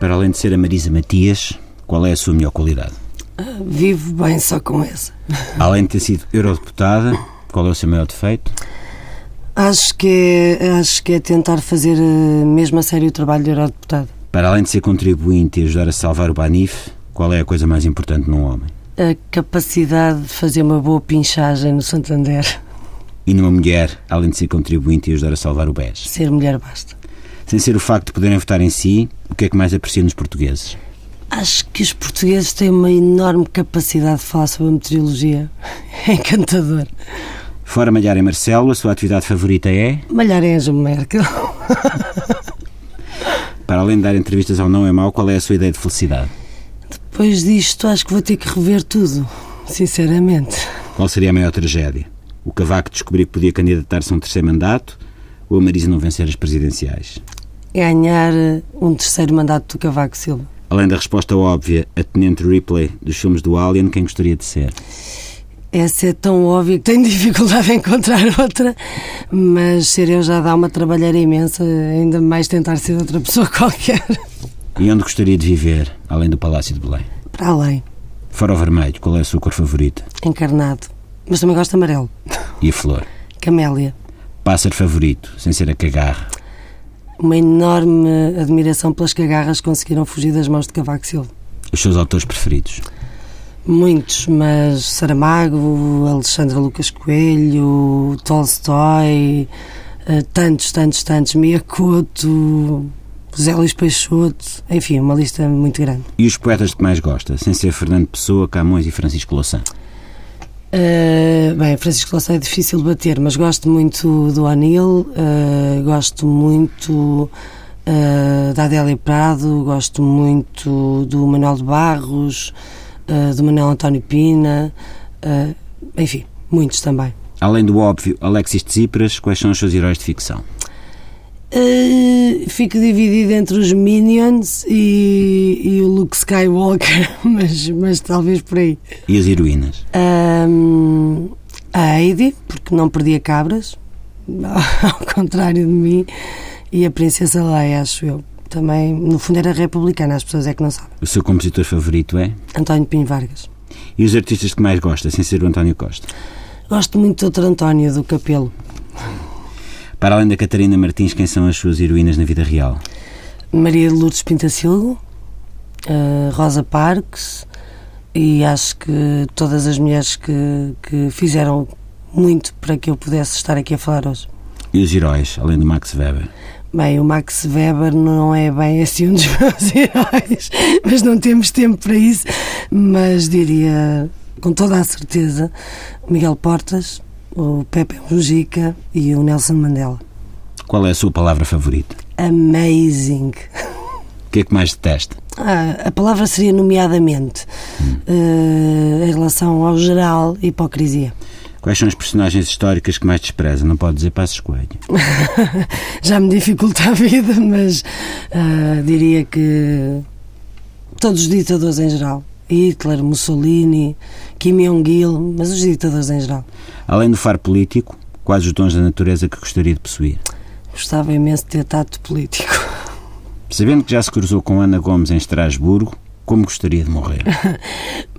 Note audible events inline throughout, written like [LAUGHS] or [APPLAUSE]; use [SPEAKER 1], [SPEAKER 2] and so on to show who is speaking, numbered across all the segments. [SPEAKER 1] Para além de ser a Marisa Matias, qual é a sua melhor qualidade?
[SPEAKER 2] Vivo bem só com essa.
[SPEAKER 1] Além de ter sido eurodeputada, qual é o seu maior defeito?
[SPEAKER 2] Acho que é, acho que é tentar fazer eh, mesmo a sério o trabalho de eurodeputado.
[SPEAKER 1] Para além de ser contribuinte e ajudar a salvar o Banif, qual é a coisa mais importante num homem?
[SPEAKER 2] A capacidade de fazer uma boa pinchagem no Santander. [LAUGHS]
[SPEAKER 1] E numa mulher, além de ser contribuinte e ajudar a salvar o BES?
[SPEAKER 2] Ser mulher basta.
[SPEAKER 1] Sem ser o facto de poderem votar em si, o que é que mais aprecia nos portugueses?
[SPEAKER 2] Acho que os portugueses têm uma enorme capacidade de falar sobre a meteorologia. [LAUGHS] É encantador.
[SPEAKER 1] Fora malhar em Marcelo, a sua atividade favorita é?
[SPEAKER 2] Malhar em Angela Merkel. [LAUGHS]
[SPEAKER 1] Para além de dar entrevistas ao Não é Mau, qual é a sua ideia de felicidade?
[SPEAKER 2] Depois disto, acho que vou ter que rever tudo. Sinceramente.
[SPEAKER 1] Qual seria a maior tragédia? O Cavaco descobrir que podia candidatar-se a um terceiro mandato ou a Marisa não vencer as presidenciais?
[SPEAKER 2] Ganhar eh, um terceiro mandato do Cavaco Silva.
[SPEAKER 1] Além da resposta óbvia, a Tenente Ripley dos filmes do Alien, quem gostaria de ser?
[SPEAKER 2] Essa é tão óbvia que tenho [LAUGHS] dificuldade em encontrar outra, mas ser eu já dá uma trabalheira imensa, ainda mais tentar ser outra pessoa [LAUGHS] qualquer.
[SPEAKER 1] E onde gostaria de viver, além do Palácio de Belém?
[SPEAKER 2] Para além,
[SPEAKER 1] Fora o vermelho, qual é a sua cor favorita?
[SPEAKER 2] encarnado. Mas também gosto de amarelo.
[SPEAKER 1] E a flor?
[SPEAKER 2] Camélia.
[SPEAKER 1] Pássaro favorito, sem ser a cagarra.
[SPEAKER 2] Uma enorme admiração pelas cagarras que conseguiram fugir das mãos de Cavaco Silva.
[SPEAKER 1] Os seus autores preferidos?
[SPEAKER 2] Muitos, mas Saramago, Alexandre Lucas Coelho, Tolstói, eh, tantos, tantos, tantos, Miyakoto, José Luís Peixoto, enfim, uma lista muito grande.
[SPEAKER 1] E os poetas que mais gosta, sem ser Fernando Pessoa, Camões e Francisco Louçã?
[SPEAKER 2] Uh, bem, Francisco Louçã é difícil de bater, mas gosto muito do Anil, uh, gosto muito uh, da Adélia Prado, gosto muito do Manuel de Barros, uh, do Manuel António Pina, uh, enfim, muitos também.
[SPEAKER 1] Além do óbvio, Alexis Tsipras, quais são os seus heróis de ficção?
[SPEAKER 2] Uh, fico dividido entre os Minions e, e o Luke Skywalker, [LAUGHS] mas, mas talvez por aí.
[SPEAKER 1] E as heroínas?
[SPEAKER 2] Ahm, a Heidi, porque não perdia cabras, [LAUGHS] ao contrário de mim, e a Princesa Leia, acho eu. Também, no fundo, era republicana, as pessoas é que não sabem.
[SPEAKER 1] O seu compositor favorito é?
[SPEAKER 2] António Pinho Vargas.
[SPEAKER 1] E os artistas que mais gosta, sem ser o António Costa?
[SPEAKER 2] Gosto muito do outro António, do Capelo.
[SPEAKER 1] Para além da Catarina Martins, quem são as suas heroínas na vida real?
[SPEAKER 2] Maria de Lourdes Pintacilgo, ah, Rosa Parques, e acho que todas as mulheres que, que fizeram muito para que eu pudesse estar aqui a falar hoje.
[SPEAKER 1] E os heróis, além do Max Weber?
[SPEAKER 2] Bem, o Max Weber não é bem assim um dos [LAUGHS] meus heróis, mas não temos tempo para isso. Mas diria com toda a certeza o Miguel Portas, o Pepe Mujica e o Nelson Mandela.
[SPEAKER 1] Qual é a sua palavra favorita?
[SPEAKER 2] Amazing!
[SPEAKER 1] O que é que mais detesta?
[SPEAKER 2] Ah, a palavra seria nomeadamente eh, em relação ao geral hipocrisia.
[SPEAKER 1] Quais são as personagens históricas que mais despreza? Não pode dizer Passos Coelho.
[SPEAKER 2] [LAUGHS] Já me dificulta a vida, mas ah, diria que todos os ditadores em geral. Hitler, Mussolini, Kim Jong-il, mas os ditadores em geral.
[SPEAKER 1] Além do faro político, quais os dons da natureza que gostaria de possuir?
[SPEAKER 2] Gostava imenso de ter tato político. [LAUGHS]
[SPEAKER 1] Sabendo que já se cruzou com Ana Gomes em Estrasburgo, como gostaria de morrer?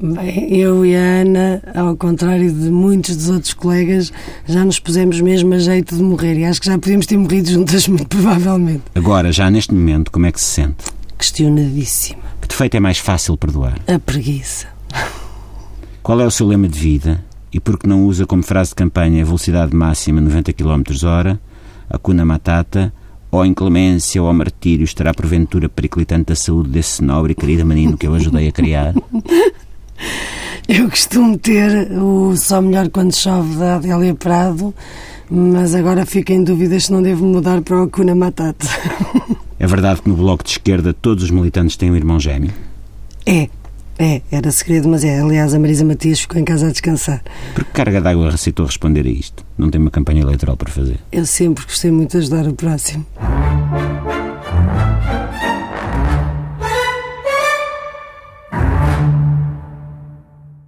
[SPEAKER 2] Bem, eu e a Ana, ao contrário de muitos dos outros colegas, já nos pusemos mesmo a jeito de morrer e acho que já podíamos ter morrido juntas, [LAUGHS] muito provavelmente.
[SPEAKER 1] Agora, já neste momento, como é que se sente?
[SPEAKER 2] Questionadíssima.
[SPEAKER 1] Que defeito é mais fácil perdoar?
[SPEAKER 2] A preguiça.
[SPEAKER 1] Qual é o seu lema de vida? E por que não usa como frase de campanha a velocidade máxima 90 km hora, a cuna matata, ou a inclemência ou ao martírio estará porventura periclitante da saúde desse nobre e querido menino que eu ajudei a criar?
[SPEAKER 2] Eu costumo ter o Só Melhor Quando Chove da Adélia Prado, mas agora fico em dúvidas se não devo mudar para o Kuna Matata. [LAUGHS]
[SPEAKER 1] É verdade que no Bloco de Esquerda todos os militantes têm um irmão gêmeo?
[SPEAKER 2] É, é, era segredo, mas é. Aliás, a Marisa Matias ficou em casa a descansar.
[SPEAKER 1] Por que carga d'água receitou responder a isto? Não tem uma campanha eleitoral para fazer.
[SPEAKER 2] Eu sempre gostei muito de ajudar o próximo.